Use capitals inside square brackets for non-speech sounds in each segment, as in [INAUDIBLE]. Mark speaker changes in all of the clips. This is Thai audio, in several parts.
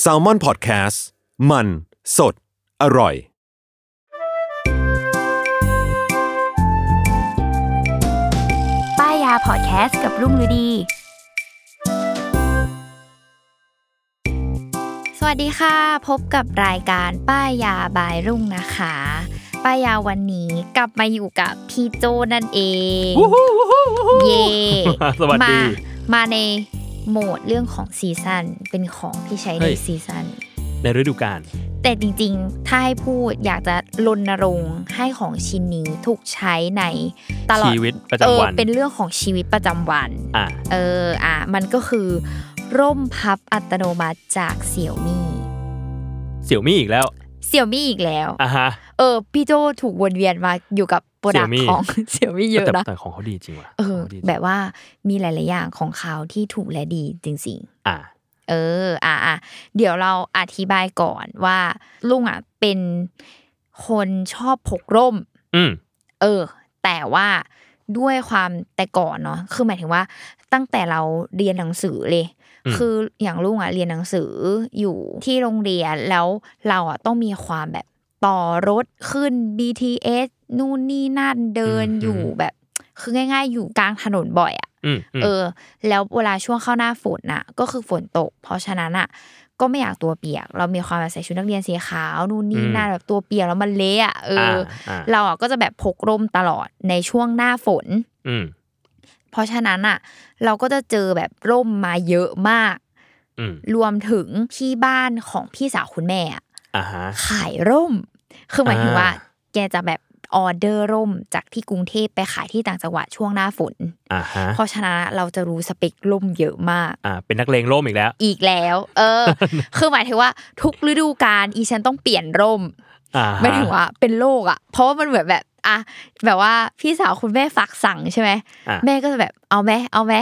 Speaker 1: แซลมอนพอดแคสต์มันสดอร่อย
Speaker 2: ป้ายาพอดแคสต์กับรุ่งฤดี สวัสดีค่ะ พบกับรายการป้ายยาบายรุ่งนะคะ ป้ายาวันนี้กลับมาอยู่กับพี่โจนั่นเอง เย่ [LAUGHS]
Speaker 3: สวัส
Speaker 2: มา
Speaker 3: ดี
Speaker 2: มาในโหมดเรื่องของซีซันเป็นของที่ใช้
Speaker 3: เฮ้
Speaker 2: ใน
Speaker 3: ย
Speaker 2: ซีซัน
Speaker 3: ในฤดูกาล
Speaker 2: แต่จริงๆ ถ้าให้พูดอยากจะรณรงค์ให้ของชิ้นนี้ถูกใช้ในตลอด
Speaker 3: ชีวิตประจำวั
Speaker 2: เออ
Speaker 3: น
Speaker 2: เป็นเรื่องของชีวิตประจำวัน
Speaker 3: อ่ะ
Speaker 2: เอออ่ะมันก็คือ ร่มพับอัตโนมัติจากเสี่ยวมี่
Speaker 3: เสี่ยวมี่อีกแล้ว
Speaker 2: เสี่ยวมี่อีกแล้ว
Speaker 3: อ่ะฮะ
Speaker 2: เออ พี่โจถูกวนเวียนมาอยู่กับโปรดัก
Speaker 3: Xiaomi
Speaker 2: ของ [LAUGHS] เสี่ยวมี่เยอะ
Speaker 3: แต่
Speaker 2: นะ
Speaker 3: แต่ของเขาดีจริงว่ะ
Speaker 2: เออ
Speaker 3: ของเขาดีจริง
Speaker 2: แบบว่ามีหลาย ๆ อย่างของเขาที่ถูกและดีจริง ๆ
Speaker 3: อ่ะ
Speaker 2: เออ อ่ะอ่ะเดี๋ยวเราอธิบายก่อนว่าลุงอ่ะเป็นคนชอบพกร่ม
Speaker 3: อืม
Speaker 2: เออ แต่ว่าด้วยความแต่ก่อนเนาะ คือหมายถึงว่าตั้งแต่เราเรียนหนังสือเลย
Speaker 3: อืม
Speaker 2: คืออย่างลุงอ่ะเรียนหนังสืออยู่ที่โรงเรียนแล้วเราอ่ะต้องมีความแบบต่อรถขึ้น BTS นู่นนี่นั่นเดินอยู่แบบ คือง่าย ๆ อยู่กลางถนนบ่อยอ่ะ
Speaker 3: อืมอืม
Speaker 2: เออแล้วเวลาช่วงเข้าหน้าฝนน่ะ ก็คือฝนตก เพราะฉะนั้นอ่ะ ก็ไม่อยากตัวเปียก เรามีความแบบใส่ชุดนักเรียนสีขาวนู่นนี่นั่นแบบตัวเปียกแล้วมันเละอ่ะเอออ
Speaker 3: ะ
Speaker 2: เราอ่ะก็จะแบบพกร่มตลอดในช่วงหน้าฝน
Speaker 3: อืม
Speaker 2: เพราะฉะนั้นอ่ะ เราก็จะเจอแบบร่มมาเยอะมาก
Speaker 3: อืม
Speaker 2: รวมถึงที่บ้านของพี่สาวคุณแม่อ่ะ
Speaker 3: อ่ะฮะ
Speaker 2: ขายร่ม คือหมายถึงว่า
Speaker 3: อ่า
Speaker 2: แกจะแบบออเดอร์ร่มจากที่กรุงเทพไปขายที่ต่างจังหวัดช่วงหน้าฝน
Speaker 3: อ่ะฮะ
Speaker 2: เพราะฉะนั้นเราจะรู้สเปคร่มเยอะมาก
Speaker 3: อ่ะเป็นนักเลงร่มอีกแล้ว
Speaker 2: อีกแล้ว เออ คือหมายถึงว่าทุกฤดูกาลอีฉันต้องเปลี่ยนร่ม
Speaker 3: อ่ะฮะ
Speaker 2: ไม่ถึงว่าเป็นโรคอ่ะ เพราะว่ามันเหมือนแบบอ่ะแบบว่าพี่สาวคุณแม่ฝากสั่งใช่ไหม
Speaker 3: อ่ะ
Speaker 2: แม่ก็จะแบบเอาไหมเอาไหม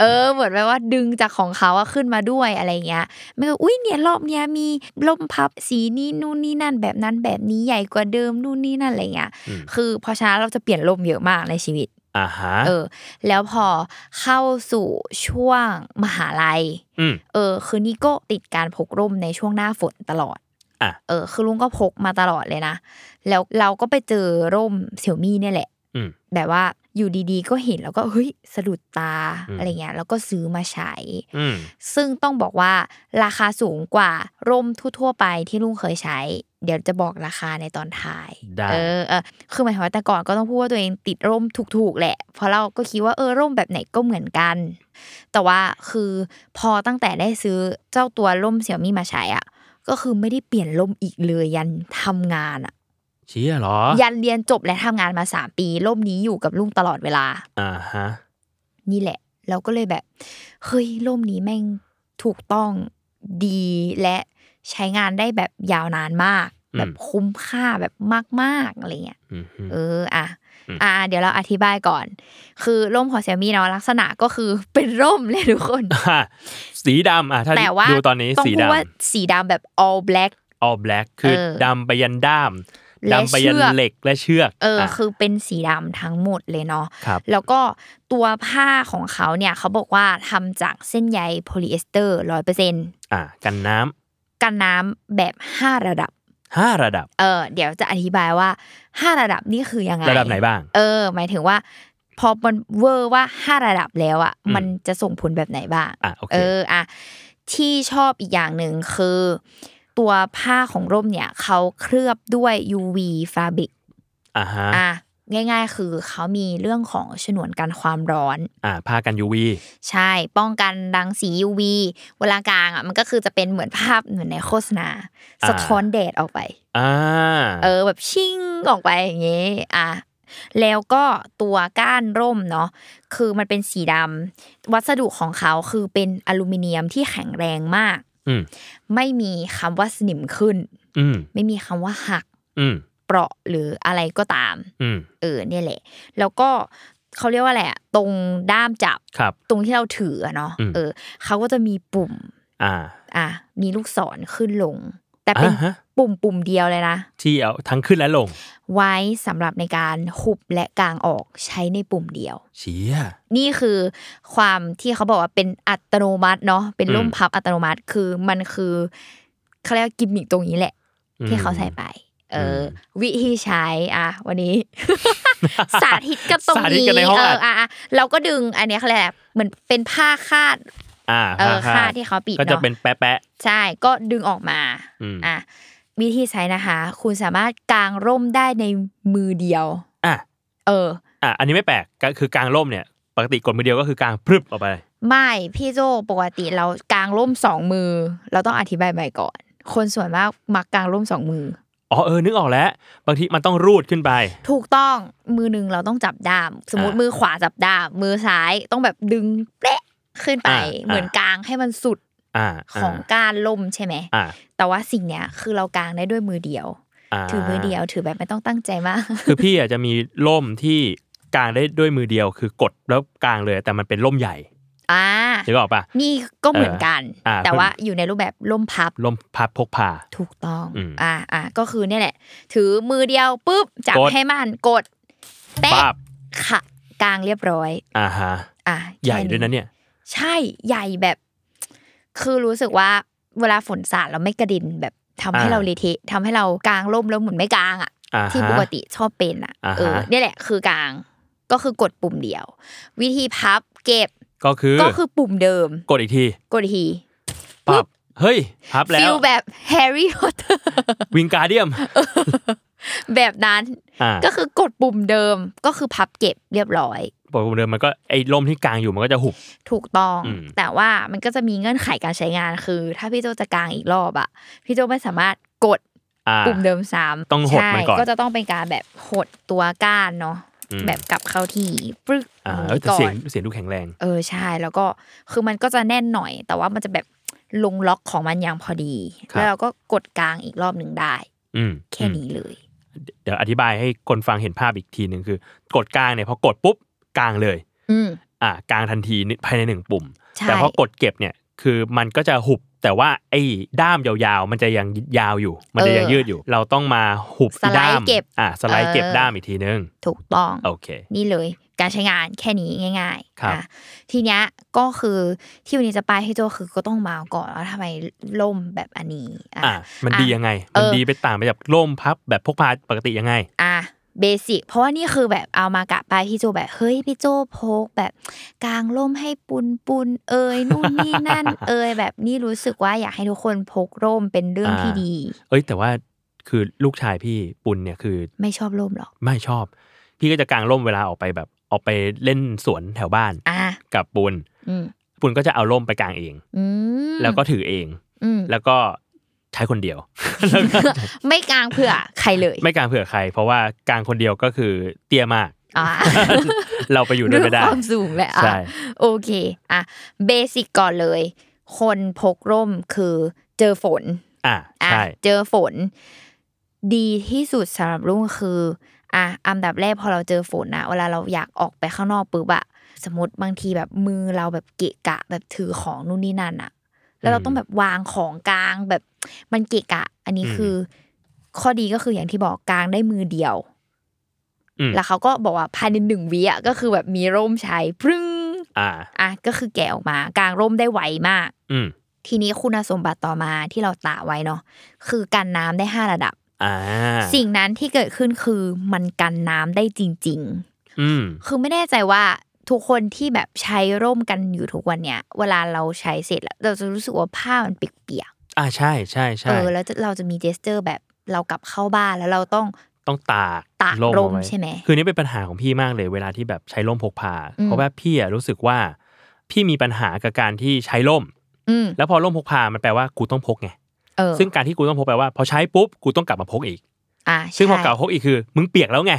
Speaker 2: เออ เหมือนแบบว่าดึงจากของเขาอะขึ้นมาด้วยอะไรเงี้ยแม่ก็อุ้ยเนี่ยรอบเนี้ยมีร่มพับสีนี้นู่นนี่นั่นแบบนั้นแบบนี้ใหญ่กว่าเดิมนู่นนี่นั่นอะไรเงี้ย
Speaker 3: อืม
Speaker 2: คือเพราะฉะนั้นเราจะเปลี่ยนร่มเยอะมากในชีวิต
Speaker 3: อ่ะฮะ
Speaker 2: เออ แล้วพอเข้าสู่ช่วงมหาลัย
Speaker 3: อืม
Speaker 2: เออคือนี่ก็ติดการพกร่มในช่วงหน้าฝนตลอด
Speaker 3: อ่ะ
Speaker 2: เออ คือลุงก็พกมาตลอดเลยนะ แล้วเราก็ไปเจอร่มเสี่ยวมี่เนี่ยแหละ
Speaker 3: อืม
Speaker 2: แบบว่าอยู่ดีๆ ก็เห็นแล้วก็เฮ้ยสะดุดตา
Speaker 3: อืม
Speaker 2: อะไรเงี้ย แล้วก็ซื้อมาใช้
Speaker 3: อืม
Speaker 2: ซึ่งต้องบอกว่าราคาสูงกว่าร่มทั่วๆไปที่ลุงเคยใช้ เดี๋ยวจะบอกราคาในตอนท้าย
Speaker 3: ได้
Speaker 2: เออเออคือหมายความว่าแต่ก่อนก็ต้องพูดว่าตัวเองติดร่มถูกๆแหละ เพราะเราก็คิดว่าเออร่มแบบไหนก็เหมือนกัน แต่ว่าคือพอตั้งแต่ได้ซื้อเจ้าตัวร่มเสี่ยวมี่มาใช้อ่ะ ก็คือไม่ได้เปลี่ยนร่มอีกเลยยันทำงานอ่ะ
Speaker 3: เชี่ยเหรอ
Speaker 2: ยันเรียนจบและทำงานมาสามปีร่มนี้อยู่กับลุงตลอดเวลา
Speaker 3: อ่ะฮะ
Speaker 2: นี่แหละ เราก็เลยแบบเฮ้ยร่มนี้แม่งถูกต้องดีและใช้งานได้แบบยาวนานมาก แบบ
Speaker 3: อืม
Speaker 2: คุ้มค่าแบบมากๆอะไรเงี้ย
Speaker 3: อืมอืม
Speaker 2: เอออ่ะ
Speaker 3: อืม
Speaker 2: อ่า เดี๋ยวเราอธิบายก่อน คือร่มของเซี่ยมี่เนาะลักษณะก็คือเป็นร่มเลยทุกคน
Speaker 3: ฮะสีดำอ่ะถ้า
Speaker 2: แต่ว่า
Speaker 3: ดูตอนนี้
Speaker 2: ต้อง
Speaker 3: สี
Speaker 2: พูด
Speaker 3: ดำ
Speaker 2: ว่าสีดำแบบ all black
Speaker 3: all black คือ
Speaker 2: เออ
Speaker 3: ดำไปยันด้าม
Speaker 2: และ
Speaker 3: ดำไป
Speaker 2: เชื
Speaker 3: ยั
Speaker 2: อ
Speaker 3: น
Speaker 2: ก
Speaker 3: เหล็กและเชือก
Speaker 2: เออ
Speaker 3: ะ
Speaker 2: คือเป็นสีดำทั้งหมดเลยเนาะ
Speaker 3: ครับ
Speaker 2: แล้วก็ตัวผ้าของเขาเนี่ยเขาบอกว่าทำจากเส้นใยโพลีเอสเตอร์ร้อยเปอร์เซ็น
Speaker 3: อ่ะกันน้
Speaker 2: กันน้ำแบบ 5 ระดับ
Speaker 3: ำห้าระดับ
Speaker 2: เออ เดี๋ยวจะอธิบายว่า 5 ระดับนี่คือยังไง
Speaker 3: ระดับไหนบ้าง
Speaker 2: เออ หมายถึงว่า พอมันเวอร์ว่าห้าระดับแล้วอ่ะ
Speaker 3: อืม
Speaker 2: มันจะส่งผลแบบไหนบ้าง
Speaker 3: อ่ะโอเค
Speaker 2: เอออ่ะ ที่ชอบอีกอย่างหนึ่งคือ ตัวผ้าของร่มเนี่ยเขาเคลือบด้วย UV ฟาบิก
Speaker 3: อ่าฮะ
Speaker 2: อ่ะง่าย ๆ คือเขามีเรื่องของฉนวนกันความร้อน
Speaker 3: อ่าผ้ากัน UV
Speaker 2: ใช่ป้องกันรังสี UV เวลากลางอ่ะมันก็คือจะเป็นเหมือนภาพเหมือนในโฆษณา
Speaker 3: อ่า
Speaker 2: สะท้อนแดดออกไป
Speaker 3: อ่า
Speaker 2: เออแบบชิ่งออกไปอย่างเงี้ยอ่ะแล้วก็ตัวก้านร่มเนาะคือมันเป็นสีดำวัสดุของเขาคือเป็นอลูมิเนียมที่แข็งแรงมาก
Speaker 3: อืม
Speaker 2: ไม่มีคำว่าสนิมขึ้น
Speaker 3: อืม
Speaker 2: ไม่มีคำว่าหัก
Speaker 3: อืม
Speaker 2: เปราะหรืออะไรก็ตาม
Speaker 3: อืม
Speaker 2: เออเนี่ยแหละ แล้วก็เขาเรียกว่าอะไรอะตรงด้ามจับ
Speaker 3: ครับ
Speaker 2: ตรงที่เราถืออะเนาะ
Speaker 3: อืม
Speaker 2: เออเขาก็จะมีปุ่ม
Speaker 3: อ่า
Speaker 2: อ่ะมีลูกศรขึ้นลง แต่เป็น
Speaker 3: อ่าฮะ
Speaker 2: ปุ่มปุ่มเดียวเลยนะ
Speaker 3: ที่เอาทั้งขึ้นและลง
Speaker 2: ไว้สำหรับในการหุบและกางออกใช้ในปุ่มเดียว
Speaker 3: เชีย
Speaker 2: นี่คือความที่เขาบอกว่าเป็นอัตโนมัติเนาะเป็นร่ม
Speaker 3: อืม
Speaker 2: พับอัตโนมัติคือมันคือเขาเรียกว่ากิมมิคตรงนี้แหละ
Speaker 3: อืม
Speaker 2: ที่เขาใส่ไป เอออ
Speaker 3: ม
Speaker 2: วิธีใช้อ่ะวัน
Speaker 3: [LAUGHS]
Speaker 2: นี้ สาธิตกันตรง
Speaker 3: สาธิต
Speaker 2: นี้
Speaker 3: กันในห้อง
Speaker 2: เอ
Speaker 3: อั
Speaker 2: อ
Speaker 3: ด
Speaker 2: อ่ะอ่ะเราก็ดึงอันเนี้ยเขาเรียกอะไรเหมือนเป็นผ้าคาด
Speaker 3: อ่า
Speaker 2: เออ
Speaker 3: ผ้
Speaker 2: คาดที่เขาปิด
Speaker 3: ก็จะ
Speaker 2: เนาะ
Speaker 3: เป็นแปะแปะ
Speaker 2: ใช่ก็ดึงออกมา
Speaker 3: อืม
Speaker 2: อ่ะวิธีใช้นะคะ คุณสามารถกางร่มได้ในมือเดียว
Speaker 3: อ่ะ
Speaker 2: เออ
Speaker 3: อ่ะอันนี้ไม่แปลกก็คือกางร่มเนี่ย ปกติกดมือเดียวก็คือกางพรึบออกไป
Speaker 2: ไม่พี่โจปกติเรากางร่มสองมือ เราต้องอธิบายใหม่ก่อน คนส่วนมากมักกางร่มสองมือ
Speaker 3: อ๋อเออนึกออกแล้ว บางทีมันต้องรูดขึ้นไป
Speaker 2: ถูกต้องมือหนึ่งเราต้องจับด้าม สมมติ
Speaker 3: อ่า
Speaker 2: มือขวาจับด้ามมือซ้ายต้องแบบดึงเป๊ะขึ้นไป
Speaker 3: อ่าอ่า
Speaker 2: เหมือนกางให้มันสุด
Speaker 3: อ่าา
Speaker 2: ของการล่มใช่ไหม
Speaker 3: อ่า
Speaker 2: แต่ว่าสิ่งเนี้ยคือเรากางได้ด้วยมือเดียว
Speaker 3: า
Speaker 2: ถือมือเดียวถือแบบไม่ต้องตั้งใจมาก
Speaker 3: [LAUGHS] คือพี่อาจจะมีร่มที่กางได้ด้วยมือเดียว คือกดแล้วกางเลย แต่มันเป็นร่มใหญ่
Speaker 2: อ่า
Speaker 3: นึกออกปะ
Speaker 2: นี่ก็เหมือนกัน
Speaker 3: อ่า
Speaker 2: แต่ว่าอยู่ในรูปแบบล่มพับ
Speaker 3: ร่มพับพกพา
Speaker 2: ถูกต้อง
Speaker 3: อืม
Speaker 2: อ่าอ่าก็คือเนี่ยแหละ ถือมือเดียวปุ๊บ จับ
Speaker 3: กด
Speaker 2: ให้มันกดแป๊ะ
Speaker 3: ป้าบ
Speaker 2: ค่ะ กลางเรียบร้อย
Speaker 3: อ่าฮะ
Speaker 2: อ่า
Speaker 3: ใหญ่ด้วยนะเนี่ย
Speaker 2: ใช่ ใหญ่แบบ คือรู้สึกว่าเวลาฝนสาดเราไม่กระดินแบบทำให้
Speaker 3: อ่า
Speaker 2: เราเละเทะทำให้เรากลางร่มแล้วหมุนไม่กลางอ่ะ
Speaker 3: อ่า
Speaker 2: ที่
Speaker 3: ฮะ
Speaker 2: ปกติชอบเป็นอ่ะ
Speaker 3: อ่าฮะ
Speaker 2: เออ เนี่ยแหละ คือกลาง ก็คือกดปุ่มเดียว วิธีพับเก็บ
Speaker 3: ก็คือ
Speaker 2: ก็คือปุ่มเดิม
Speaker 3: กดอีกที
Speaker 2: กดอีกที
Speaker 3: ปับเฮ้ยพับแล้
Speaker 2: ฟิ
Speaker 3: ว
Speaker 2: ลแบบแฮร์รี่พอตเตอร์
Speaker 3: วิงการเดียม
Speaker 2: แบบนั้น
Speaker 3: อ่า
Speaker 2: ก็คือกดปุ่มเดิมก็คือพับเก็บเรียบร้อย
Speaker 3: ปกติเดิมมันก็ไอ้ร่มที่กางอยู่มันก็จะหุบ
Speaker 2: ถูกต้อง
Speaker 3: อืม
Speaker 2: แต่ว่ามันก็จะมีเงื่อนไขการใช้งานคือ ถ้าพี่โจจะกางอีกรอบอะพี่โจไม่สามารถกด
Speaker 3: อ่า
Speaker 2: ปุ่มเดิมซ้ำ
Speaker 3: ต้องหดมันก่อน
Speaker 2: ใช่ก็จะต้องเป็นการแบบหดตัวก้านเนาะ
Speaker 3: อืม
Speaker 2: แบบกลับเข้าที่ปรึกย่า
Speaker 3: อ่า
Speaker 2: ง
Speaker 3: เอ้ย
Speaker 2: นี้
Speaker 3: แต่
Speaker 2: ก่อ
Speaker 3: เสียง
Speaker 2: น
Speaker 3: เสียงดูแข็งแรง
Speaker 2: เออใช่แล้วก็คือมันก็จะแน่นหน่อย แต่ว่ามันจะแบบลงล็อกของมันอย่างพอดี แล้วเราก็กดกางอีกรอบหนึ่งได้
Speaker 3: อืม
Speaker 2: แค่
Speaker 3: อืม
Speaker 2: นี้เลย
Speaker 3: เดี๋ยวอธิบายให้คนฟังเห็นภาพอีกทีหนึ่งคือ กดกลางเนี่ยพอกดปุ๊บกลางเลย
Speaker 2: อืม
Speaker 3: อ่ากลางทันทีนิภายในหนึ่งปุ่ม
Speaker 2: ใช่
Speaker 3: แต่พอกดเก็บเนี่ยคือมันก็จะหุบ แต่ว่าไอ้ด้ามยาวๆ มันจะยังยาวอยู่ มันจะยังยืดอยู่ เราต้องมาหุบ
Speaker 2: สไลด์
Speaker 3: ด้าม
Speaker 2: เก็บ
Speaker 3: อ่าสไลด์เก็บ
Speaker 2: เออ
Speaker 3: ด้ามอีกทีนึง
Speaker 2: ถูกต้อง
Speaker 3: โอเค
Speaker 2: นี่เลยการใช้งานแค่นี้ง่าย
Speaker 3: ครั
Speaker 2: ๆ
Speaker 3: บ
Speaker 2: อ่ะทีเนี้ยก็คือที่วันนี้จะไปให้โจคือก็ต้องมาก่อนว่าทำไมล่มแบบอันนี้อ่ะ
Speaker 3: อ่ามัน
Speaker 2: อ่ะ
Speaker 3: ดียังไง
Speaker 2: เออ
Speaker 3: มันดีไปต่างไปจากร่มพับแบบพกพาปกติยังไง
Speaker 2: อ่ะเบสิกเพราะว่านี่คือแบบเอามากะไปพี่โจแบบเฮ้ยพี่โจพกแบบกางล่มให้ปุนปุนๆเอยนู่นนี่
Speaker 3: [LAUGHS]
Speaker 2: นั่น เอยแบบนี่รู้สึกว่าอยากให้ทุกคนพกร่มเป็นเรื่องที่
Speaker 3: อ่า
Speaker 2: ดี
Speaker 3: เอ้ยแต่ว่าคือลูกชายพี่ปุณเนี่ยคือ
Speaker 2: ไม่ชอบร่มหรอก
Speaker 3: ไม่ชอบ พี่ก็จะกางร่มเวลาออกไปแบบออกไปเล่นสวนแถวบ้าน
Speaker 2: อ่ะ
Speaker 3: กับปุณ
Speaker 2: อืม
Speaker 3: ปุณก็จะเอาร่มไปกางเอง
Speaker 2: อืม
Speaker 3: แล้วก็ถือเอง
Speaker 2: อืม
Speaker 3: แล้วก็ใช้คนเดียว แล้วก็
Speaker 2: [LAUGHS] ไม่กางเผื่อใครเลย
Speaker 3: ไม่กางเผื่อใคร เพราะว่ากางคนเดียวก็คือเตี้ยมาก [LAUGHS]
Speaker 2: อ่า
Speaker 3: เราไปอยู่ด้วยไม่ได้
Speaker 2: ความสูงแหละอ่ะ
Speaker 3: ใช่
Speaker 2: โอเคอ่ะเบสิกก่อนเลย คนพกร่มคือเจอฝน
Speaker 3: อ่ะ
Speaker 2: อ่ะ
Speaker 3: ใช่
Speaker 2: เจอฝน ดีที่สุดสำหรับรุ่งคืออ่ะอันดับแรกพอเราเจอฝนนะเวลาเราอยากออกไปข้างนอกปุ๊บอะสมมติบางทีแบบมือเราแบบเกะกะแบบถือของนู่นนี่นั่นอะแล้วเราต้องแบบวางของกลางแบบมันเกะกะ อันนี้คืออข้อดีก็คืออย่างที่บอกกลางได้มือเดียว
Speaker 3: อืม
Speaker 2: แล้วเขาก็บอกว่าภายในหนึ่งวิอ่ะก็คือแบบมีร่มใช้พรึ้ง
Speaker 3: อ่า
Speaker 2: อ่ะก็คือแกะออกมากางร่มได้ไวมาก
Speaker 3: อืม
Speaker 2: ทีนี้คุณสมบัติต่อมาที่เราตะไว้เนาะคือกันน้ำได้ห้าระดับ
Speaker 3: อ่า
Speaker 2: สิ่งนั้นที่เกิดขึ้นคือมันกันน้ำได้จริง
Speaker 3: อืม
Speaker 2: ๆ คือไม่แน่ใจว่า ทุกคนที่แบบใช้ร่มกันอยู่ทุกวันเนี้ยเวลาเราใช้เสร็จแล้วเราจะรู้สึกว่าผ้ามันเปียก
Speaker 3: อ่าใช่ใช่
Speaker 2: ๆเอ
Speaker 3: ใช่
Speaker 2: อแล้วจะเราจะมีเจสเจอร์แบบเรากลับเข้าบ้านแล้วเราต้อง
Speaker 3: ต้องตาก
Speaker 2: ตาก
Speaker 3: ร่ม
Speaker 2: ร่ม
Speaker 3: เอาไว้
Speaker 2: ใช่ไหม
Speaker 3: คือนี่เป็นปัญหาของพี่มากเลยเวลาที่แบบใช้ร่มพกพา
Speaker 2: อืม
Speaker 3: เพราะว่าพี่อะรู้สึกว่า พี่มีปัญหากับการที่ใช้ร่ม
Speaker 2: อืม
Speaker 3: แล้วพอร่มพกพามันแปลว่ากูต้องพกไง
Speaker 2: เออ
Speaker 3: ซึ่งการที่กูต้องพกแปลว่าพอใช้ปุ๊บกูต้องกลับมาพกอีก
Speaker 2: อ่า
Speaker 3: ซึ่งพอ
Speaker 2: ใช่
Speaker 3: กลับมาพกอีกคือมึงเปียกแล้วไง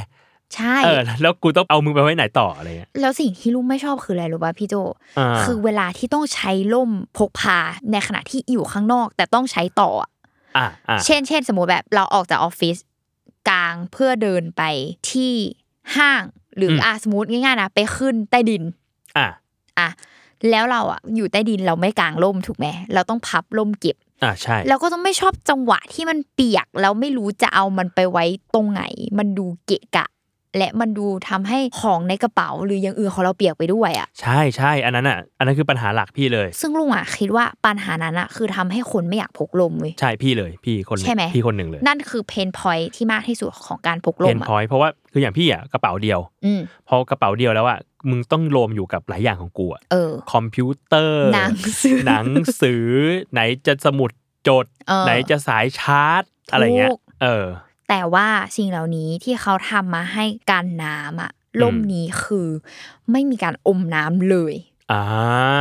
Speaker 2: ใช่
Speaker 3: เออแล้วกูต้องเอามึงไปไว้ไหนต่ออะไรเงี้ย
Speaker 2: แล้วสิ่งที่ลูกไม่ชอบคืออะไรรู้ป่ะพี่โจ
Speaker 3: า
Speaker 2: คือเวลาที่ต้องใช้ล่มพกพาในขณะที่อยู่ข้างนอก แต่ต้องใช้ต่ออะ
Speaker 3: อ่าอ่า
Speaker 2: เช่น เช่น สมมติแบบเราออกจากออฟฟิศกลางเพื่อเดินไปที่ห้าง หรืออ่ะสมมติง่ายๆนะไปขึ้นใต้ดิน
Speaker 3: อ่า
Speaker 2: อ่ะแล้วเราอ่ะอยู่ใต้ดินเราไม่กางล่มถูกไหมเราต้องพับล่มเก็บ
Speaker 3: อ่าใช่
Speaker 2: แล้วก็ต้องไม่ชอบจังหวะที่มันเปียกแล้วไม่รู้จะเอามันไปไว้ตรงไหน มันดูเกะกะ และมันดูทำให้ของในกระเป๋าหรืออย่างอื่นของเราเปียกไปด้วยอ่ะ
Speaker 3: ใช่ใช่อันนั้นอ่ะอันนั้นคือปัญหาหลักพี่เลย
Speaker 2: ซึ่งลุงอ่ะคิดว่าปัญหานั้นอ่ะคือทำให้คนไม่อยากพกลมเว้ย
Speaker 3: ใช่พี่เลยพี่คนนึ่ง
Speaker 2: ใช่ไหม
Speaker 3: พี่คนหนึ่งเลย
Speaker 2: นั่นคือเพนพอยที่มากที่สุดของการพกล
Speaker 3: เป็
Speaker 2: ม
Speaker 3: น
Speaker 2: อ่ะ
Speaker 3: พอยเพราะว่าคืออย่างพี่อ่ะกระเป๋าเดียว
Speaker 2: อืม
Speaker 3: พอกระเป๋าเดียวแล้วอ่ะมึงต้องรวมอยู่กับหลายอย่างของกูอ่ะ
Speaker 2: เออ
Speaker 3: คอมพิวเตอร์
Speaker 2: หนังสือ
Speaker 3: หนังสือ ไหนจะสมุดจด
Speaker 2: เออ
Speaker 3: ไหนจะสายชาร์จ อะไรเงี้ย
Speaker 2: ถูก
Speaker 3: เออ
Speaker 2: แต่ว่าสิ่งเหล่านี้ที่เขาทำมาให้การน้ำอ่ะลม
Speaker 3: อืม
Speaker 2: นี้คือไม่มีการอมน้ำเลย
Speaker 3: อ่า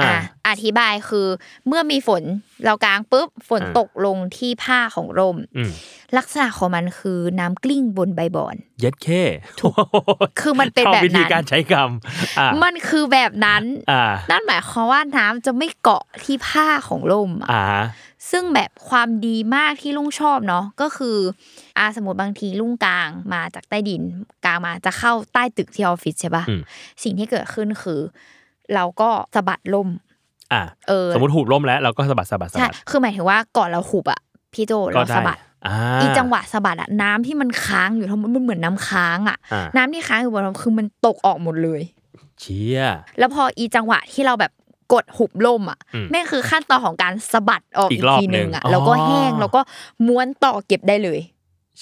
Speaker 2: อ่ะอธิบายคือเมื่อมีฝนเรากางปุ๊บฝน
Speaker 3: อ่า
Speaker 2: ตกลงที่ผ้าของร่ม
Speaker 3: อืม
Speaker 2: ลักษณะของมันคือน้ำกลิ้งบนใบบอน
Speaker 3: เย็ดเค
Speaker 2: คือมัน
Speaker 3: [LAUGHS]
Speaker 2: เป็น
Speaker 3: ชอ
Speaker 2: แบบ
Speaker 3: วิธี
Speaker 2: นั้น
Speaker 3: การใช้คำอ่า
Speaker 2: มันคือแบบนั้น
Speaker 3: อ่า
Speaker 2: นั่นหมายความว่าน้ำจะไม่เกาะที่ผ้าของร่มอะ
Speaker 3: อ่า
Speaker 2: ซึ่งแบบความดีมากที่ลุงชอบเนาะก็คืออาสมมติบางทีลุงกลางมาจากใต้ดินกลางมาจะเข้าใต้ตึกที่ออฟฟิศใช่ปะ
Speaker 3: อืม
Speaker 2: สิ่งที่เกิดขึ้นคือ เราก็สะบัดล่ม
Speaker 3: อ่า
Speaker 2: เออ
Speaker 3: สมมติหูบร่มแล้วเราก็สะบัดสะบัดสะ
Speaker 2: ใช่
Speaker 3: บัด
Speaker 2: คือหมายถึงว่าก่อนเราหุบอะพี่โจ
Speaker 3: ก็
Speaker 2: เรา
Speaker 3: ได้
Speaker 2: สะบัด
Speaker 3: อ่า
Speaker 2: อีจังหวะสะบัดอะน้ำที่มันค้างอยู่ทั้งหมดมันเหมือนน้ำค้างอะ
Speaker 3: อ่า
Speaker 2: น้ำที่ค้างอยู่บนร่มคือมันตกออกหมดเลย
Speaker 3: เชีย
Speaker 2: แล้วพออีจังหวะที่เราแบบกดหุบล่มอ่ะ
Speaker 3: อืม
Speaker 2: แม่งคือขั้นตอนของการสะบัดออก
Speaker 3: อี
Speaker 2: อี
Speaker 3: ก
Speaker 2: ก
Speaker 3: รอบ
Speaker 2: ทีหนึ่งอ่ะ
Speaker 3: หนึ่ง
Speaker 2: แล้วก็
Speaker 3: อ๋อ
Speaker 2: แห้งแล้วก็ม้วนต่อเก็บได้เลย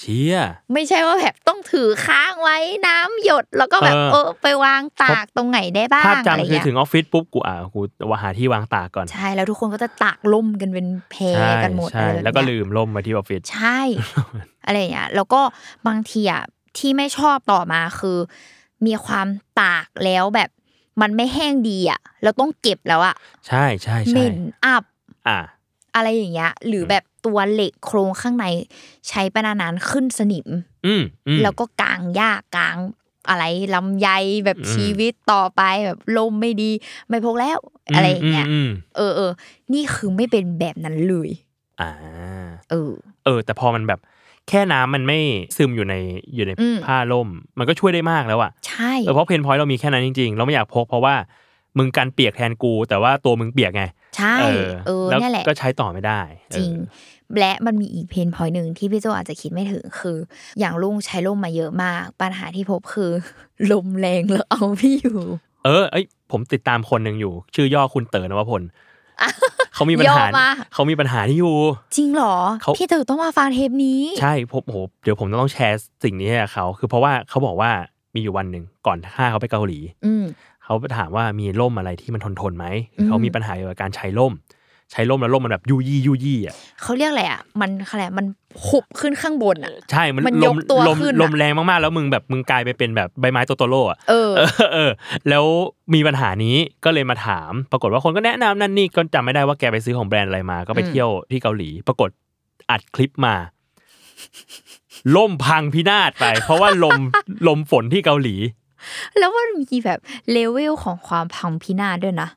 Speaker 3: เชีย
Speaker 2: ไม่ใช่ว่าแบบต้องถือค้างไว้น้ำหยดแล้วก็แบบ
Speaker 3: เออ
Speaker 2: เออไปวางตากตรงไหนได้บ้า
Speaker 3: ภาพ
Speaker 2: งอะไร
Speaker 3: จำคือ
Speaker 2: เงี้ย
Speaker 3: ถึงออฟฟิศปุ๊บกูอ่ากูว่าหาที่วางตากก่อน
Speaker 2: ใช่แล้วทุกคนก็จะตากล่มกันเป็นแพรกันหมด
Speaker 3: ใช่
Speaker 2: อะไรบบ
Speaker 3: แล้วก็
Speaker 2: เนี้ย
Speaker 3: ลืมล่มไว้ที่ออฟฟิศ
Speaker 2: ใช่ อะไรอย่างเงี้ยแล้วก็บางทีอ่ะที่ไม่ชอบต่อมาคือ มีความตากแล้วแบบมันไม่แห้งดีอ่ะเราต้องเก็บแล้วอ่ะ
Speaker 3: ใช่ใช่
Speaker 2: เห
Speaker 3: ใช่
Speaker 2: ม็นอับ
Speaker 3: อ่า
Speaker 2: อะไรอย่างเงี้ยหรืออ
Speaker 3: ม
Speaker 2: แบบตัวเหล็กโครงข้างในใช้ไปนานๆขึ้นสนิม
Speaker 3: อืมอืม
Speaker 2: แล้วก็กางยากกางอะไรลำไยแบบ
Speaker 3: อืม
Speaker 2: ชีวิตต่อไปแบบลมไม่ดี ไม่พกแล้วอะไรอย่างเงี้ย
Speaker 3: อืมอืม
Speaker 2: เออเออนี่คือไม่เป็นแบบนั้นเลย
Speaker 3: อ่า
Speaker 2: เออ
Speaker 3: เออ แต่พอมันแบบแค่น้ำมันไม่ซึมอยู่ในอยู่ใน
Speaker 2: อืม
Speaker 3: ผ้าล่ม มันก็ช่วยได้มากแล้วอะ
Speaker 2: ใช่
Speaker 3: เออเพราะเพนพอยต์เรามีแค่นั้นจริงๆ เราไม่อยากพกเพราะว่ามึงกันเปียกแทนกู แต่ว่าตัวมึงเปียกไง
Speaker 2: ใช่
Speaker 3: เอ
Speaker 2: เออ
Speaker 3: แล้ว
Speaker 2: เนี่ยแหละ
Speaker 3: ก็ใช้ต่อไม่ได้เออ
Speaker 2: จริง และมันมีอีกเพนพอยหนึ่งที่พี่โจอาจจะคิดไม่ถึงคือ อย่างลุงใช้ลมมาเยอะมาก ปัญหาที่พบคือ ลมแรงแล้วเอาไม่อยู่
Speaker 3: เออเอ้ยผมติดตามคนหนึ่งอยู่ ชื่อย่อคุณเต๋อนวพลเขามีปัญ
Speaker 2: ย่อ
Speaker 3: หา
Speaker 2: มา
Speaker 3: เขามีปัญหาที่อยู่
Speaker 2: จริงเหรอ
Speaker 3: เขา
Speaker 2: พี่เต๋อต้องมาฟังเทปนี้
Speaker 3: ใช่ผมโหเดี๋ยวผมต้องแชร์สิ่งนี้ให้กับเขาคือเพราะว่าเขาบอกว่ามีอยู่วันหนึ่งก่อนห้าเขาไปเกาหลี
Speaker 2: อืม
Speaker 3: เขาถามว่ามีร่มอะไรที่มันทนทนๆไหมคือ
Speaker 2: อื
Speaker 3: เขา
Speaker 2: ม
Speaker 3: มีปัญหาเกี่ยวกับการใช้ร่ม ใช้ร่มแล้วร่มมันแบบยูยี่ยูยี่อ่ะ
Speaker 2: เขาเรียกอะไรอ่ะ มันอะไรมันหุบขึ้นข้างบนอ่ะ
Speaker 3: ใช่มัน
Speaker 2: มัน
Speaker 3: ล
Speaker 2: ย
Speaker 3: ม
Speaker 2: กตัว
Speaker 3: ลม
Speaker 2: ขึ้นอะ
Speaker 3: ลมแรงมากๆ แล้วมึงแบบมึงกลายไปเป็นแบบใบไม้โตโตโร่อะ
Speaker 2: เออ
Speaker 3: เออเออ แล้วมีปัญหานี้ก็เลยมาถาม ปรากฏว่าคนก็แนะนำนั่นนี่ก็จำไม่ได้ว่าแกไปซื้อของแบรนด์อะไรมา ก็ไป
Speaker 2: อืม
Speaker 3: เที่ยวที่เกาหลี ปรากฏอัดคลิปมา ล่มพังพินาศไป เพราะว่าลม [LAUGHS] ลมฝนที่เกาหลี
Speaker 2: แล้วมันมีแบบเลเวลของความพังพินาศด้วยนะ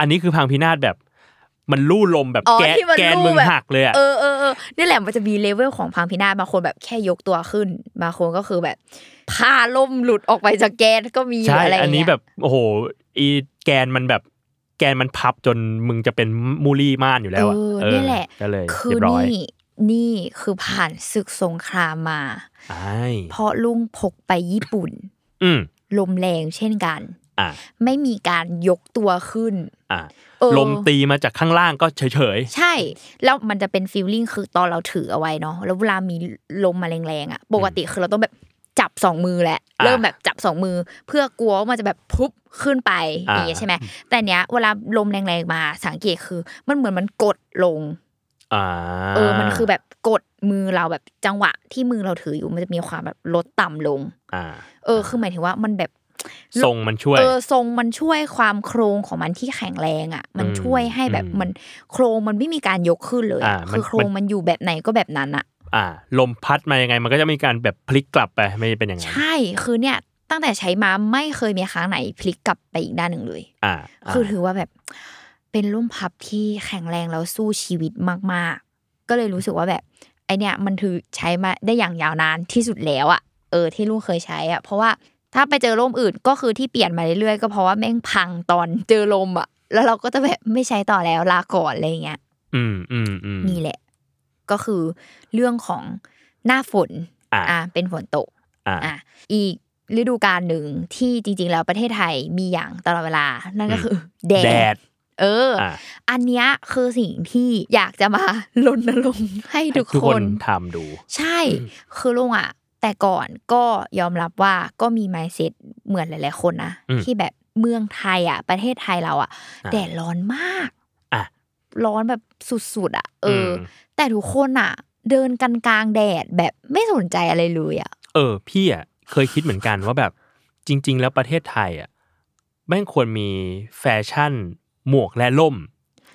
Speaker 3: อันนี้คือพังพินาศแบบ มันลู่ลมแบบ
Speaker 2: อ๋อ
Speaker 3: แกะ
Speaker 2: ที่มัน
Speaker 3: แกน
Speaker 2: ลู่
Speaker 3: มึง
Speaker 2: แบบ
Speaker 3: หักเลยอะ
Speaker 2: เออเออเออนี่แหละมันจะมีเลเวลของพังพินาศบางคนแบบแค่ยกตัวขึ้นบางคนก็คือแบบผ้าล่มหลุดออกไปจากแกนก็มีหรื
Speaker 3: ใช่
Speaker 2: ออะไร
Speaker 3: อัน
Speaker 2: ย่าง
Speaker 3: นี้
Speaker 2: เงี้ย
Speaker 3: แบบโอ้โหอีแกนมันแบบแกนมันพับจนมึงจะเป็นมูลี่ม่านอยู่แล้ว
Speaker 2: เอ
Speaker 3: อะ
Speaker 2: อ
Speaker 3: เออ
Speaker 2: เนี่ยแหละ
Speaker 3: ก็เลย
Speaker 2: คือ
Speaker 3: เรี
Speaker 2: ย
Speaker 3: บร้อย
Speaker 2: นี่นี่คือผ่านศึกสงครามมา
Speaker 3: ใช่
Speaker 2: เพราะลุงพกไปญี่ปุ่น
Speaker 3: อืม
Speaker 2: ลมแรงเช่นกัน
Speaker 3: อ่ะ
Speaker 2: ไม่มีการยกตัวขึ้น
Speaker 3: อ่ะ
Speaker 2: เออ
Speaker 3: ลมตีมาจากข้างล่างก็เฉยเฉย
Speaker 2: ใช่ แล้วมันจะเป็นฟีลลิ่งคือตอนเราถือเอาไว้เนาะแล้วเวลามีลมมาแรงๆอ่ะ ปกติคือเราต้องแบบ จับสองมือแหละ
Speaker 3: อ่า
Speaker 2: เริ่มแบบจับสองมือ เพื่อกลัวว่ามันจะแบบพุบขึ้นไป
Speaker 3: อ่า
Speaker 2: อย่างเงี้ยใช่ไหมแต่เนี้ยเวลาลมแรงๆมาสังเกตคือมันเหมือนมันกดลง
Speaker 3: อ่า
Speaker 2: เออมันคือแบบกดมือเราแบบจังหวะที่มือเราถืออยู่มันจะมีความแบบลดต่ำลง
Speaker 3: อ่า
Speaker 2: เออคือหมายถึงว่ามันแบบ
Speaker 3: ทรงมันช่วย
Speaker 2: เออทรงมันช่วยความโครงของมันที่แข็งแรงอ่ะ มัน
Speaker 3: อืม
Speaker 2: ช่วยให้แบบ
Speaker 3: อืม
Speaker 2: มันโครงมันไม่มีการยกขึ้นเลยอะ
Speaker 3: อ่ามัน
Speaker 2: คือโครง
Speaker 3: มัน
Speaker 2: มันอยู่แบบไหนก็แบบนั้นอ่ะ
Speaker 3: อ่า ลมพัดมายังไงมันก็จะมีการแบบพลิกกลับไปไม่เป็นอย่างนั้น
Speaker 2: ใช่คือเนี่ยตั้งแต่ใช้มาไม่เคยมีครั้งไหนพลิกกลับไปอีกด้านหนึ่งเลย
Speaker 3: อ่าา
Speaker 2: คือถือว่าแบบเป็นร่มพับที่แข็งแรงแล้วสู้ชีวิตมากๆ ก็เลยรู้สึกว่าแบบไอเนี่ยมันถือใช้มาได้อย่างยาวนานที่สุดแล้วอะเออที่ลูกเคยใช้อะเพราะว่าถ้าไปเจอร่มอื่นก็คือที่เปลี่ยนมาเรื่อยๆก็เพราะว่าแม่งพังตอนเจอลมอะแล้วเราก็จะแบบไม่ใช้ต่อแล้วลาก่อนอะไรอย่างเงี้ย
Speaker 3: อืมอืมอืม
Speaker 2: นี่แหละ ก็คือเรื่องของหน้าฝน
Speaker 3: อ่า
Speaker 2: อ่ะเป็นฝนตก
Speaker 3: อ่า
Speaker 2: อ่ะอีกฤดูกาลหนึ่งที่จริงๆ แล้วประเทศไทยมีอย่างตลอดเวลา นั่นก็
Speaker 3: อืม
Speaker 2: คือแด
Speaker 3: แด
Speaker 2: ด
Speaker 3: ด
Speaker 2: เอออ
Speaker 3: อ่า
Speaker 2: อันเนี้ยคือสิ่งที่อยากจะมารณรงค์ให้ทุก
Speaker 3: ทุก
Speaker 2: ค
Speaker 3: คน นทำดู
Speaker 2: ใช่ คือลุงอ่ะ แต่ก่อนก็ยอมรับว่าก็มี mindset เหมือนหลายๆคนนะ
Speaker 3: อืม
Speaker 2: ที่แบบเมืองไทยอ่ะ ประเทศไทยเราอ่ะ
Speaker 3: อ่า
Speaker 2: แดดร้อนมาก
Speaker 3: อ่ะ
Speaker 2: ร้อนแบบสุดๆ อ่ะ เอออ
Speaker 3: ม
Speaker 2: แต่ทุกคนอ่ะ เดินกันกลางแดดแบบไม่สนใจอะไรเลยอ่ะ
Speaker 3: เออ พี่อ่ะเคยคิดเหมือนกันว่าแบบจริง ๆ แล้วประเทศไทยอ่ะแม่งควรมีแฟชั่น หมวกและล่ม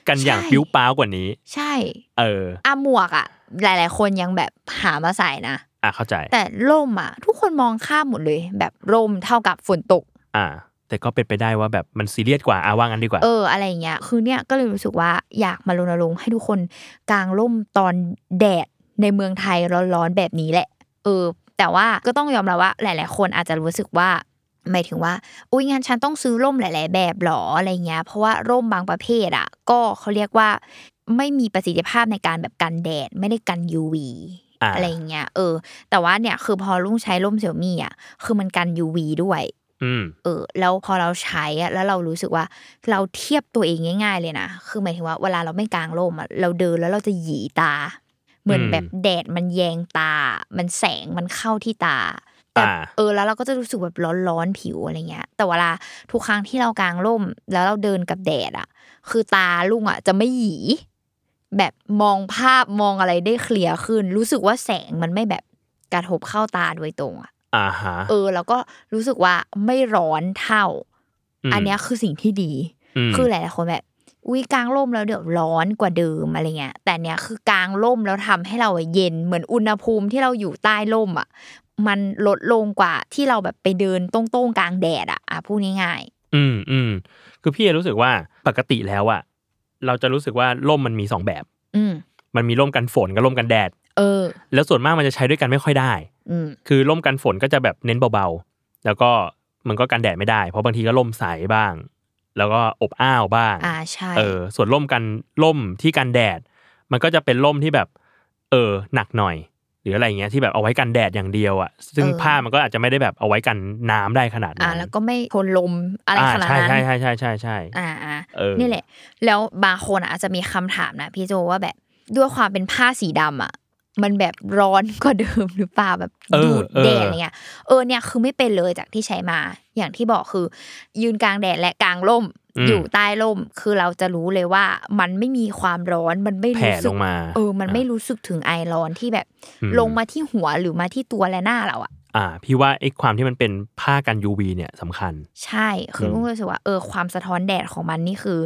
Speaker 3: กันอย่าง
Speaker 2: ใช่
Speaker 3: ปิ้วป้าวกว่านี้
Speaker 2: ใช่
Speaker 3: เออ
Speaker 2: อ่ะหมวกอ่ะ หลาย ๆ คนยังแบบหามาใส่นะ
Speaker 3: อ่ะเข้าใจ
Speaker 2: แต่ร่มอ่ะ ทุกคนมองข้ามหมดเลย แบบร่มเท่ากับฝนตก
Speaker 3: อ่า แต่ก็เป็นไปได้ว่าแบบมันซีเรียสกว่าอ่ะว่างั้นดีกว่า
Speaker 2: เออ อะไรอย่างเงี้ย คือเนี่ยก็เลยรู้สึกว่าอยากมารณรงค์ให้ทุกคนกางร่มตอนแดดในเมืองไทยร้อนๆแบบนี้แหละ เออ แต่ว่าก็ต้องยอมรับว่า หลาย ๆ คนอาจจะรู้สึกว่าหมายถึงว่าอุ้ยงานฉันต้องซื้อร่มหลาย ๆ แบบหรออะไรเงี้ย เพราะว่าร่มบางประเภทอ่ะ ก็เขาเรียกว่า ไม่มีประสิทธิภาพในการแบบกันแดดไม่ได้กัน UV
Speaker 3: อ่า
Speaker 2: อะไรอย่างเงี้ย เออ แต่ว่าเนี่ยคือพอลุงใช้ร่มเสี่ยมี่อ่ะคือมันกัน UV ด้วย
Speaker 3: อืม
Speaker 2: เออแล้วพอเราใช้อะแล้วเรารู้สึกว่าเราเทียบตัวเองง่าย ๆ เลยนะ คือหมายถึงว่าเวลาเราไม่กางร่มอะเราเดินแล้วเราจะหยีตา เหมือน
Speaker 3: อืม
Speaker 2: แบบแดดมันแยงตา มันแสงมันเข้าที่ตา แต่
Speaker 3: อ่า
Speaker 2: เออแล้วเราก็จะรู้สึกแบบร้อนๆผิวอะไรเงี้ย แต่เวลาทุกครั้งที่เรากางร่ม แล้วเราเดินกับแดดอะคือตาลุงอะจะไม่หยี แบบมองภาพมองอะไรได้เคลียร์ขึ้น รู้สึกว่าแสงมันไม่แบบกระทบเข้าตาโดยตรงอะ
Speaker 3: อ่าฮะ
Speaker 2: เออแล้วก็รู้สึกว่าไม่ร้อนเท่า
Speaker 3: ม
Speaker 2: อันเนี้ยคือสิ่งที่ดี
Speaker 3: ม
Speaker 2: คือหลายๆคนแบบอุ้ยกลางร่มแล้วเดี๋ยวร้อนกว่าเดิมอะไรเงี้ย แต่เนี้ยคือกลางร่มแล้วทำให้เราอะเย็นเหมือนอุณหภูมิที่เราอยู่ใต้ร่มอ่ะ มันลดลงกว่าที่เราแบบไปเดินโต้งๆกลางแดดอ่ะอ่ะพูดง่าย
Speaker 3: อืมอืมคือพี่รู้สึกว่าปกติแล้วอะเราจะรู้สึกว่าล่มมันมีสองแบบ
Speaker 2: ๆอืม
Speaker 3: มันมีล่มกันฝนกับล่มกันแดด
Speaker 2: เออ
Speaker 3: แล้วส่วนมากมันจะใช้ด้วยกันไม่ค่อยได้
Speaker 2: อืม
Speaker 3: คือล่มกันฝนก็จะแบบเน้นเบาๆ แล้วก็มันก็กันแดดไม่ได้ เพราะบางทีก็ล่มใสบ้าง แล้วก็อบอ้าวบ้าง
Speaker 2: อ่าใช่
Speaker 3: เออ ส่วนล่มกันล่มที่กันแดด มันก็จะเป็นล่มที่แบบ เออ หนักหน่อย หรืออะไรอย่างเงี้ยที่แบบเอาไว้กันแดดอย่างเดียวอะ่ะ ซึ่งผ้ามันก็อาจจะไม่ได้แบบเอาไว้กันน้ำได้ขนาด
Speaker 2: อ่า
Speaker 3: นั้น
Speaker 2: แล้วก็ไม่ทนลมอะไรขนาดนั้น
Speaker 3: ใช่ใช่ใช่ใช่ใช่
Speaker 2: อ่าอ่า
Speaker 3: เออ
Speaker 2: นี่แหละ แล้วบางคนอะอาจจะมีคำถามนะพี่โจว่าแบบด้วยความเป็นผ้าสีดำอ่ะ มันแบบร้อนกว่าเดิมหรือเปล่าแบบ
Speaker 3: เออ
Speaker 2: ดูดแดด
Speaker 3: เอออ
Speaker 2: อะไรเงี้ยเออเนี่ยคือไม่เป็นเลยจากที่ใช้มา อย่างที่บอกคือ ยืนกลางแดดและกลางร่ม อยู่ใต้ร่มคือเราจะรู้เลยว่ามันไม่มีความร้อนมันไม่
Speaker 3: แผ่
Speaker 2: รู้สึ
Speaker 3: ล
Speaker 2: ก
Speaker 3: งมา
Speaker 2: เออ มันไม่รู้สึกถึงไอร้อนที่แบบ
Speaker 3: อื
Speaker 2: ลงมาที่หัวหรือมาที่ตัวและหน้าเราอ่ะ
Speaker 3: อ่า พี่ว่าไอ้ความที่มันเป็นผ้ากัน UV เนี่ยสำคัญ
Speaker 2: ใช่ คือ
Speaker 3: ม
Speaker 2: ลุงรู้สึกว่าเออความสะท้อนแดดของมันนี่คือ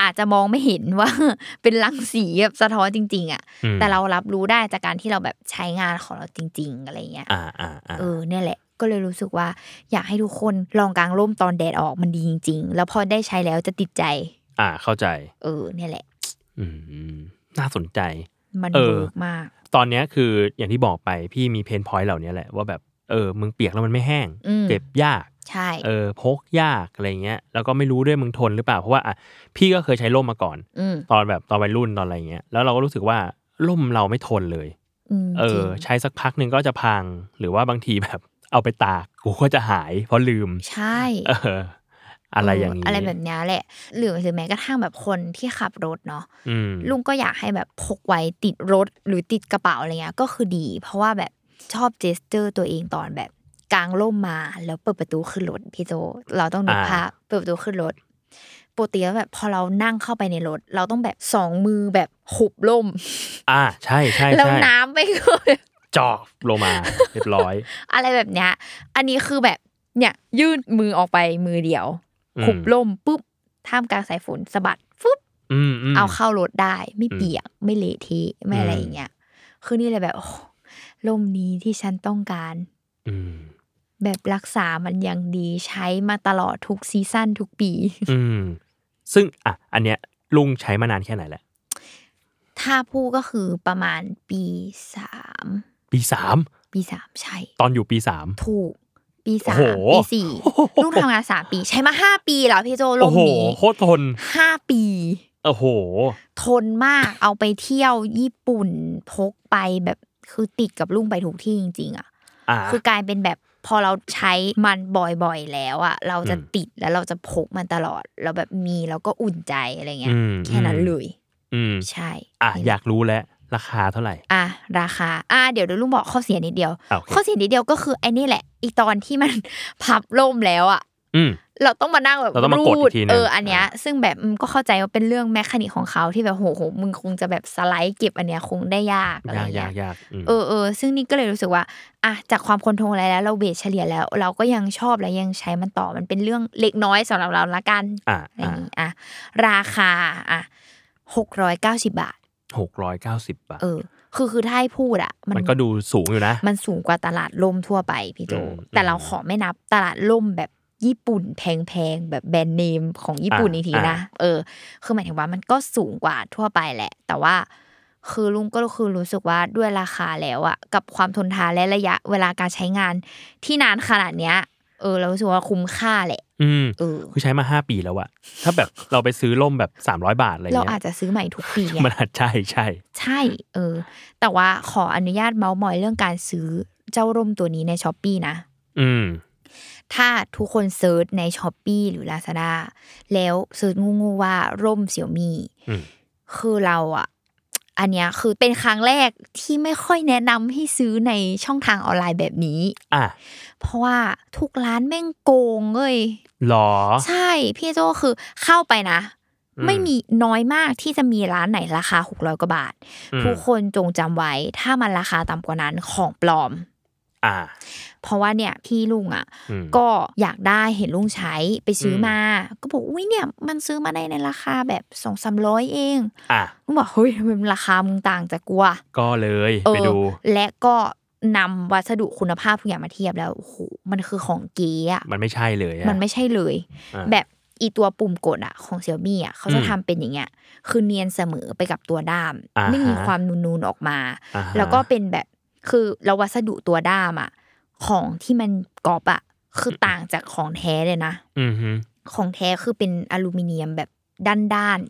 Speaker 2: อาจจะมองไม่เห็นว่า [LAUGHS] เป็นรังสีแบบสะท้อนจริง ๆ อ่ะ
Speaker 3: อืม
Speaker 2: แต่เรารับรู้ได้จากการที่เราแบบใช้งานของเราจริง ๆ อะไรเงี้ย
Speaker 3: อ่าอ่าอ่า
Speaker 2: เออเนี่ยแหละ ก็เลยรู้สึกว่า อยากให้ทุกคนลองกางร่มตอนแดดออกมันดีจริง ๆ แล้วพอได้ใช้แล้วจะติดใจ
Speaker 3: อ่าเข้าใจ
Speaker 2: เออเนี่ยแหละ
Speaker 3: อืมน่าสนใจ
Speaker 2: มัน
Speaker 3: เออ
Speaker 2: เวิร์กมาก
Speaker 3: ตอนเนี้ยคืออย่างที่บอกไปพี่มีเพนพอยต์เหล่านี้แหละว่าแบบเออมึงเปียกแล้วมันไม่แห้ง
Speaker 2: อืม
Speaker 3: เก็บยาก
Speaker 2: ใช่
Speaker 3: เออพกยากอะไรเงี้ยแล้วก็ไม่รู้ด้วยมึงทนหรือเปล่า เพราะว่าอ่ะพี่ก็เคยใช้ล่มมาก่อน
Speaker 2: อืม
Speaker 3: ตอนแบบตอนวัยรุ่นตอนอะไรเงี้ยแล้วเราก็รู้สึกว่าล่มเราไม่ทนเลย
Speaker 2: อืม
Speaker 3: เอ
Speaker 2: จริ
Speaker 3: อง ใช้สักพักหนึ่งก็จะพัง หรือว่าบางทีแบบ [LAUGHS] เอาไปตากกูก็จะหายเพราะลืม
Speaker 2: ใช่
Speaker 3: เอออะไรอย่างนี้
Speaker 2: เอะไรแบบเนี้ยแหละหรือหรือแม้กระทั่งแบบคนที่ขับรถเนาะ
Speaker 3: อืม
Speaker 2: ลุงก็อยากให้แบบพกไว้ติดรถหรือติดกระเป๋าอะไรเงี้ยก็คือดี เพราะว่าแบบชอบเจสเจอร์ตัวเองตอนแบบ กางร่มมาแล้วเปิดประตูขึ้นรถพี่โจเราต้องนึก
Speaker 3: อ่า
Speaker 2: ภาพเปิดประตูขึ้นรถปกติแล้วแบบพอเรานั่งเข้าไปในรถ เราต้องแบบสองมือแบบหุบล่ม
Speaker 3: อ่าใช่ใช่
Speaker 2: แล้ว
Speaker 3: ใช่
Speaker 2: น้ำไปก็แบบ
Speaker 3: จอกลงมาเรียบ
Speaker 2: [LAUGHS]
Speaker 3: ร้อย
Speaker 2: อะไรแบบเนี้ย อันนี้คือแบบเนี่ยยื่นมือออกไปมือเดียว
Speaker 3: อืม
Speaker 2: หุบล่มปุ๊บท่ามกลางสายฝนสะบัดฟึบ
Speaker 3: อืมอืม
Speaker 2: เอาเข้ารถได้ ไม่
Speaker 3: อืม
Speaker 2: เปียกไม่เละเทะไม่อะไร
Speaker 3: อืม
Speaker 2: อย่างเงี้ยคือนี่เลยแบบโอ้ล่มนี้ที่ฉันต้องการ
Speaker 3: อืม
Speaker 2: แบบรักษามันอย่างดีใช้มาตลอดทุกซีซั่นทุกปี
Speaker 3: อืมซึ่งอ่ะอันเนี้ยลุงใช้มานานแค่ไหนแล้ว
Speaker 2: ถ้าพูดก็คือประมาณปีสาม
Speaker 3: ปีสาม
Speaker 2: ปีสามใช่
Speaker 3: ตอนอยู่ปีสาม
Speaker 2: ถูก ปีสาม
Speaker 3: โอ้โห
Speaker 2: ปีสี่ลูกทำงานสามปี ใช้มาห้าปีแล้วพี่โจล่
Speaker 3: โอ้
Speaker 2: ม
Speaker 3: โห
Speaker 2: นี้
Speaker 3: โคตรทน
Speaker 2: ห้าปี
Speaker 3: โอ้โห
Speaker 2: ทนมาก เอาไปเที่ยวญี่ปุ่นพกไปแบบคือติดกับลุงไปทุกที่จริงๆอ่ะ
Speaker 3: อ่า
Speaker 2: คือกลายเป็นแบบพอเราใช้มันบ่อยๆแล้วอ่ะ เราจะ
Speaker 3: อืม
Speaker 2: ติดแล้วเราจะพกมันตลอด เราแบบมีแล้วก็อุ่นใจอะไรเงี้ย
Speaker 3: อืม
Speaker 2: แค่นั้นเลย
Speaker 3: อืม
Speaker 2: ใช่
Speaker 3: อ่ะ
Speaker 2: นี่แห
Speaker 3: อ
Speaker 2: ละ
Speaker 3: ยากรู้แล้วราคาเท่าไหร่
Speaker 2: อ่ะราคา อ่ะเดี๋ยวเดี๋ยวลุงบอกข้อเสียนิดเดียว
Speaker 3: อ่ะโอเค
Speaker 2: ข้อเสียนิดเดียวก็คือไอ้นี่แหละอีตอนที่มัน [LAUGHS] พับล่มแล้วอ่ะ
Speaker 3: อืม
Speaker 2: เราต้องมานั่งแบบ
Speaker 3: เราต้องมากดอีก
Speaker 2: รูด
Speaker 3: ทีหนึ่ง
Speaker 2: เอออันเนี้ยซึ่งแบบอืมก็เข้าใจว่าเป็นเรื่องแมคานิกของเขาที่แบบโหโหมึงคงจะแบบสไลด์เก็บอันเนี้ยคงได้ยากอะไร
Speaker 3: ยากยาก
Speaker 2: เงี้ย
Speaker 3: ยากอืม
Speaker 2: เออเออซึ่งนี่ก็เลยรู้สึกว่าอ่ะจากความคนทงอะไรแล้ว เราเบสเฉลี่ยแล้ว เราก็ยังชอบและยังใช้มันต่อมันเป็นเรื่องเล็กน้อยสำหรับเราละกัน
Speaker 3: อ่า
Speaker 2: อะไรอ
Speaker 3: อ่า
Speaker 2: ย่างงี้อ่ะราคาอ่ะหกร้อยเก้าสิบาท
Speaker 3: หกร้อยเก้าสิบบาท
Speaker 2: เออ คือคือถ้าให้พูดอ่ะ
Speaker 3: มันก็ดูสูงอยู่นะ
Speaker 2: มันสูงกว่าตลาดล่มทั่วไปพี่โจ
Speaker 3: อืม
Speaker 2: แต่เราขอไม่นับตลาดล่มแบบญี่ปุ่นแพงๆ แบบแบรนด์เนมของญี่ปุ่น
Speaker 3: อ่า
Speaker 2: อีกที
Speaker 3: อ่า
Speaker 2: นะ เออ คือหมายถึงว่ามันก็สูงกว่าทั่วไปแหละ แต่ว่าคือลุงก็คือรู้สึกว่าด้วยราคาแล้วอะกับความทนทานและระยะเวลาการใช้งานที่นานขนาดเนี้ย เออ เรารู้สึกว่าคุ้มค่าแหละ
Speaker 3: อืม
Speaker 2: เออ
Speaker 3: คือใช้มาห้าปีแล้วอะถ้าแบบเราไปซื้อล่มแบบสามร้อยบาทอะไร
Speaker 2: เรา
Speaker 3: เงี้
Speaker 2: อาจ
Speaker 3: ย
Speaker 2: จะซื้อใหม่ทุกปีไง
Speaker 3: มันอาจใช่ใช่
Speaker 2: ใช่ เออ แต่ว่าขออนุญาตเมาส์มอยเรื่องการซื้อเจ้าร่มตัวนี้ในช้อปปีนะ
Speaker 3: อืม
Speaker 2: ถ้าทุกคนเซิร์ชใน s h อ p e e หรือ Lazada แล้วเซิร์ชงูๆว่าร่มเสี่ยวมี
Speaker 3: อืม
Speaker 2: คือเราอ่ะ อันเนี้ยคือเป็นครั้งแรกที่ไม่ค่อยแนะนำให้ซื้อในช่องทางออนไลน์แบบนี้
Speaker 3: อ่ะ
Speaker 2: เพราะว่าทุกร้านแม่งโกงเลย
Speaker 3: หรอ
Speaker 2: ใช่พี่โจคือเข้าไปนะ
Speaker 3: อืม
Speaker 2: ไม่มีน้อยมากที่จะมีร้านไหนราคา 600 กว่าบาท
Speaker 3: อืม
Speaker 2: ทุกคนจงจำไว้ถ้ามันราคาต่ำกว่านั้นของปลอม
Speaker 3: อ่า
Speaker 2: เพราะว่าเนี่ยพี่ลุงอ่ะ
Speaker 3: อืม
Speaker 2: ก็อยากได้เห็นลุงใช้ไปซื้ออ
Speaker 3: ม
Speaker 2: มา ก็บอกอุ้ยเนี่ยมันซื้อมาได้ในราคาแบบสองสามร้อยเอง
Speaker 3: อ่ะ
Speaker 2: ลุงบอกเฮ้ยทำไมมันราคามึงต่างจากกูอะ
Speaker 3: ก็เลย
Speaker 2: เอ
Speaker 3: ไป
Speaker 2: อ
Speaker 3: ดู
Speaker 2: และก็นำวัสดุคุณภาพทุกอย่างมาเทียบแล้วโอ้โหมันคือของเก๋อะ
Speaker 3: มันไม่ใช่เลยอะ
Speaker 2: มันไม่ใช่เลย
Speaker 3: อ่ะ
Speaker 2: แบบอีตัวปุ่มกดอะของเซี่ยมี่อะเขาจะ
Speaker 3: อืม
Speaker 2: ทำเป็นอย่างเงี้ยคือเนียนเสมอไปกับตัวด้าม
Speaker 3: อ่า
Speaker 2: ไม่มี
Speaker 3: ฮะ
Speaker 2: ความนูนๆออกมา
Speaker 3: อ่าฮะ
Speaker 2: แล้วก็เป็นแบบคือเราวัสดุตัวด้ามอะของที่มันกรอบอะคือต่างจากของแท้เลยนะ
Speaker 3: อืมฮึ
Speaker 2: ของแท้คือเป็นอลูมิเนียมแบบด้าน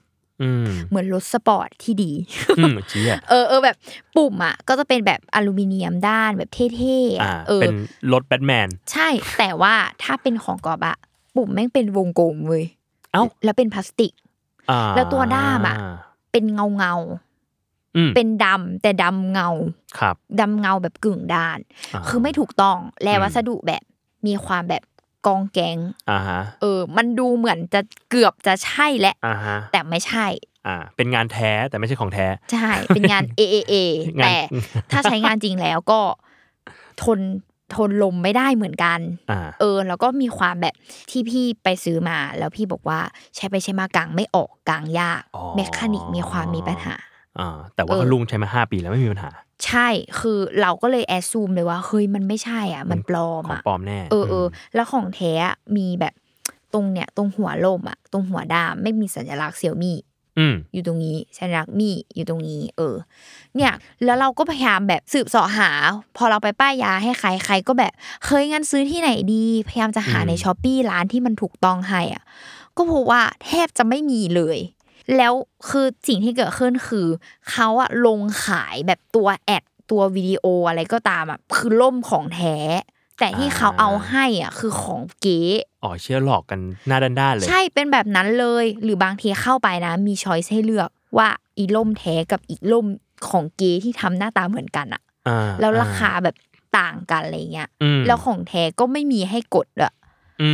Speaker 3: อืม
Speaker 2: ๆ เหมือนรถสปอร์ตที่ดี
Speaker 3: อืมเชี่ย
Speaker 2: [LAUGHS] เออเออแบบปุ่มอ่ะก็จะเป็นแบบอลูมิเนียมด้านแบบเท่ๆ
Speaker 3: อ่า
Speaker 2: อ่ะเออ
Speaker 3: เป็นรถแบทแมน
Speaker 2: ใช่ แต่ว่าถ้าเป็นของกรอบอะปุ่มแม่งเป็นวงกลมเว้ย
Speaker 3: เอ้า
Speaker 2: แล้วเป็นพลาสติก
Speaker 3: อ่า
Speaker 2: แล้วตัวด้ามอะ เป็นเงาเงา
Speaker 3: อืม
Speaker 2: ๆเป็นดำแต่ดำเงา
Speaker 3: ครับ
Speaker 2: ดำเงาแบบกึ่งด้าน
Speaker 3: า
Speaker 2: คือไม่ถูกต้องและ
Speaker 3: อืม
Speaker 2: วัสดุแบบมีความแบบกองแกง
Speaker 3: อ่าฮะ
Speaker 2: เออ มันดูเหมือนจะเกือบจะใช่แหละ
Speaker 3: อ่าฮะ
Speaker 2: แต่ไม่ใช่
Speaker 3: อ่า เป็นงานแท้แต่ไม่ใช่ของแท้
Speaker 2: ใช่ เป็นงาน AAA
Speaker 3: งาน
Speaker 2: แต่ถ้าใช้งานจริงแล้วก็ [LAUGHS] ทนทนลมไม่ได้เหมือนกัน
Speaker 3: อ่า
Speaker 2: เออ แล้วก็มีความแบบที่พี่ไปซื้อมา แล้วพี่บอกว่าใช้ไปใช้มากางไม่ออกกางยาก
Speaker 3: อ๋อ
Speaker 2: เมคานิกมีความมีปัญหา
Speaker 3: อ่าแต่ว่า
Speaker 2: เออ
Speaker 3: ลุงใช้มาห้าปีแล้วไม่มีปัญหา
Speaker 2: ใช่คือเราก็เลยแอสซูมเลยว่า เฮ้ยมันไม่ใช่อ่ะ มันปลอม
Speaker 3: ของ
Speaker 2: อ่ะ
Speaker 3: ปลอมแน่
Speaker 2: เออเออ
Speaker 3: ม
Speaker 2: แล้วของแท้อะมีแบบตรงเนี่ย ตรงหัวลมอ่ะ ตรงหัวด้ามไม่มีสัญลักษณ์เซี่ยมี่
Speaker 3: อืม
Speaker 2: อยู่ตรงนี้ฉันรักมี่อยู่ตรงนี้ เออ เนี่ย แล้วเราก็พยายามแบบสืบเสาะหา พอเราไปป้ายยาให้ใครใครก็แบบเคยงั้นซื้อที่ไหนดี พยายามจะหา
Speaker 3: อืม
Speaker 2: ในช้อปปี้ร้านที่มันถูกต้องให้อ่ะ ก็พบว่าแทบจะไม่มีเลย แล้วคือสิ่งที่เกิดขึ้นคือเขาอะลงขายแบบตัวแอดตัววิดีโออะไรก็ตามอะคือล่มของแท้ แต่ที่เขาเอาให้อ่ะคือของเก๋
Speaker 3: อ๋อเชื่อหลอกกันหน้าด้านๆเลย
Speaker 2: ใช่เป็นแบบนั้นเลย หรือบางทีเข้าไปนะ มีช้อยส์ให้เลือกว่าอีล่มแท้กับอีกล่มของเกย์ที่ทำหน้าตาเหมือนกันอะ
Speaker 3: อ่า
Speaker 2: แล้วราคาแบบ ต่างกันอะไรเงี้ย
Speaker 3: อืม
Speaker 2: แล้วของแท้ก็ไม่มีให้กดอะ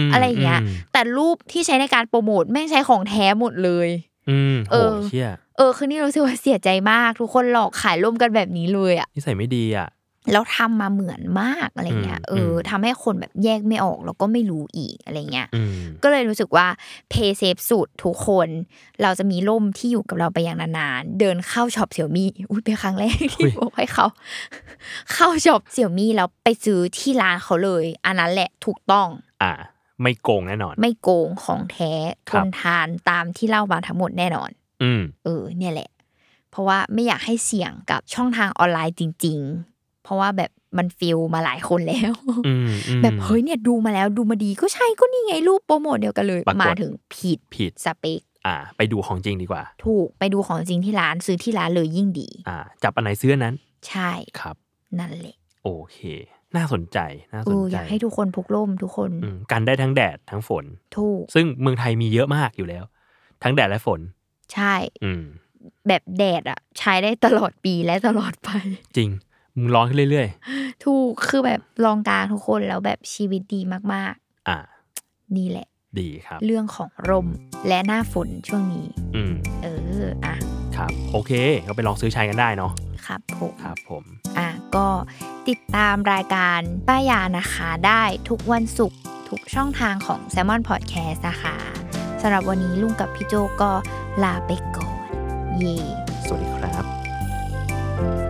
Speaker 3: ม
Speaker 2: อะไรอย่างเงี้ย
Speaker 3: ม
Speaker 2: แต่รูปที่ใช้ในการโปรโมทแม่งใช้ของแท้หมดเลย
Speaker 3: อืม
Speaker 2: เอ
Speaker 3: โห
Speaker 2: อ
Speaker 3: เชี่ย
Speaker 2: เออคือนี่รู้สึกว่าเสียใจมาก ทุกคนหลอกขายร่วมกันแบบนี้เลยอะ
Speaker 3: นิสัยไม่ดีอ่ะ
Speaker 2: แล้วทำมาเหมือนมากอะไรเงี้ย
Speaker 3: อืม
Speaker 2: เอออ
Speaker 3: ม
Speaker 2: ทำให้คนแบบแยกไม่ออกแล้วก็ไม่รู้อีกอะไรเงี้ย
Speaker 3: อืม
Speaker 2: ก็เลยรู้สึกว่า pay safe สุดทุกคน เราจะมีร่มที่อยู่กับเราไปอย่างนานๆ เดินเข้าช็อปเสี่ยมี่ อุ้ยเป็นครั้งแรกที่
Speaker 3: อุ๊ย
Speaker 2: บอกให้เขา [LAUGHS] เข้าช็อปเสี่ยมี่แล้วไปซื้อที่ร้านเขาเลย อันนั้นแหละถูกต้อง
Speaker 3: อ่า ไม่โกงแน่นอน
Speaker 2: ไม่โกงของแท้ท
Speaker 3: ครับ
Speaker 2: นทานตามที่เล่ามาทั้งหมดแน่นอน
Speaker 3: อืม
Speaker 2: เออเนี่ยแหละ เพราะว่าไม่อยากให้เสี่ยงกับช่องทางออนไลน์จริง ๆ เพราะว่าแบบมันฟิลมาหลายคนแล้ว
Speaker 3: อืมอืม
Speaker 2: แบบเฮ้ยเนี่ยดูมาแล้วดูมาดีก็ใช่ก็นี่ไงรูปโปรโมทเดียวกันเลย
Speaker 3: ปรากฏ
Speaker 2: มาถึงผิด
Speaker 3: ผิด
Speaker 2: สเปค
Speaker 3: อ่า ไปดูของจริงดีกว่า
Speaker 2: ถูกไปดูของจริงที่ร้านซื้อที่ร้านเลยยิ่งดี
Speaker 3: อ่า จับอันไหนซื้ออนนั้น
Speaker 2: ใช่
Speaker 3: ครับ
Speaker 2: นั่นแหละ
Speaker 3: โอเค น่าสนใจ น่า
Speaker 2: เอ
Speaker 3: สน
Speaker 2: ออ
Speaker 3: ใจ
Speaker 2: ยากให้ทุกคนพกร่มทุกคน
Speaker 3: อืมกันได้ทั้งแดดทั้งฝน
Speaker 2: ถูก
Speaker 3: ซึ่งเมืองไทยมีเยอะมากอยู่แล้ว ทั้งแดดและฝน
Speaker 2: ใช่
Speaker 3: อืม
Speaker 2: แบบแดดอ่ะ ใช้ได้ตลอดปีและตลอดไป [LAUGHS]
Speaker 3: จริง มึงร้อนขึ้นเรื่อย
Speaker 2: ถูกคือแบบลองกลางทุกคนแล้วแบบชีวิตดีมาก
Speaker 3: ๆ อ่า
Speaker 2: ๆ นี่แหละ
Speaker 3: ดีครับ
Speaker 2: เรื่องของร่มและหน้าฝนช่วงนี้
Speaker 3: อืม
Speaker 2: เอออ่ะ
Speaker 3: ครับ โอเค ก็ไปลองซื้อใช้กันได้เนาะ
Speaker 2: ครับผม
Speaker 3: ครับผม
Speaker 2: อ่ะก็ติดตามรายการป้ายานะคะได้ทุกวันศุกร์ทุกช่องทางของ s ซ l m o n Podcast นะคะสำหรับวันนี้ลุงกับพี่โจก็ลาไปก่อน เย่
Speaker 3: สวัสดีครับ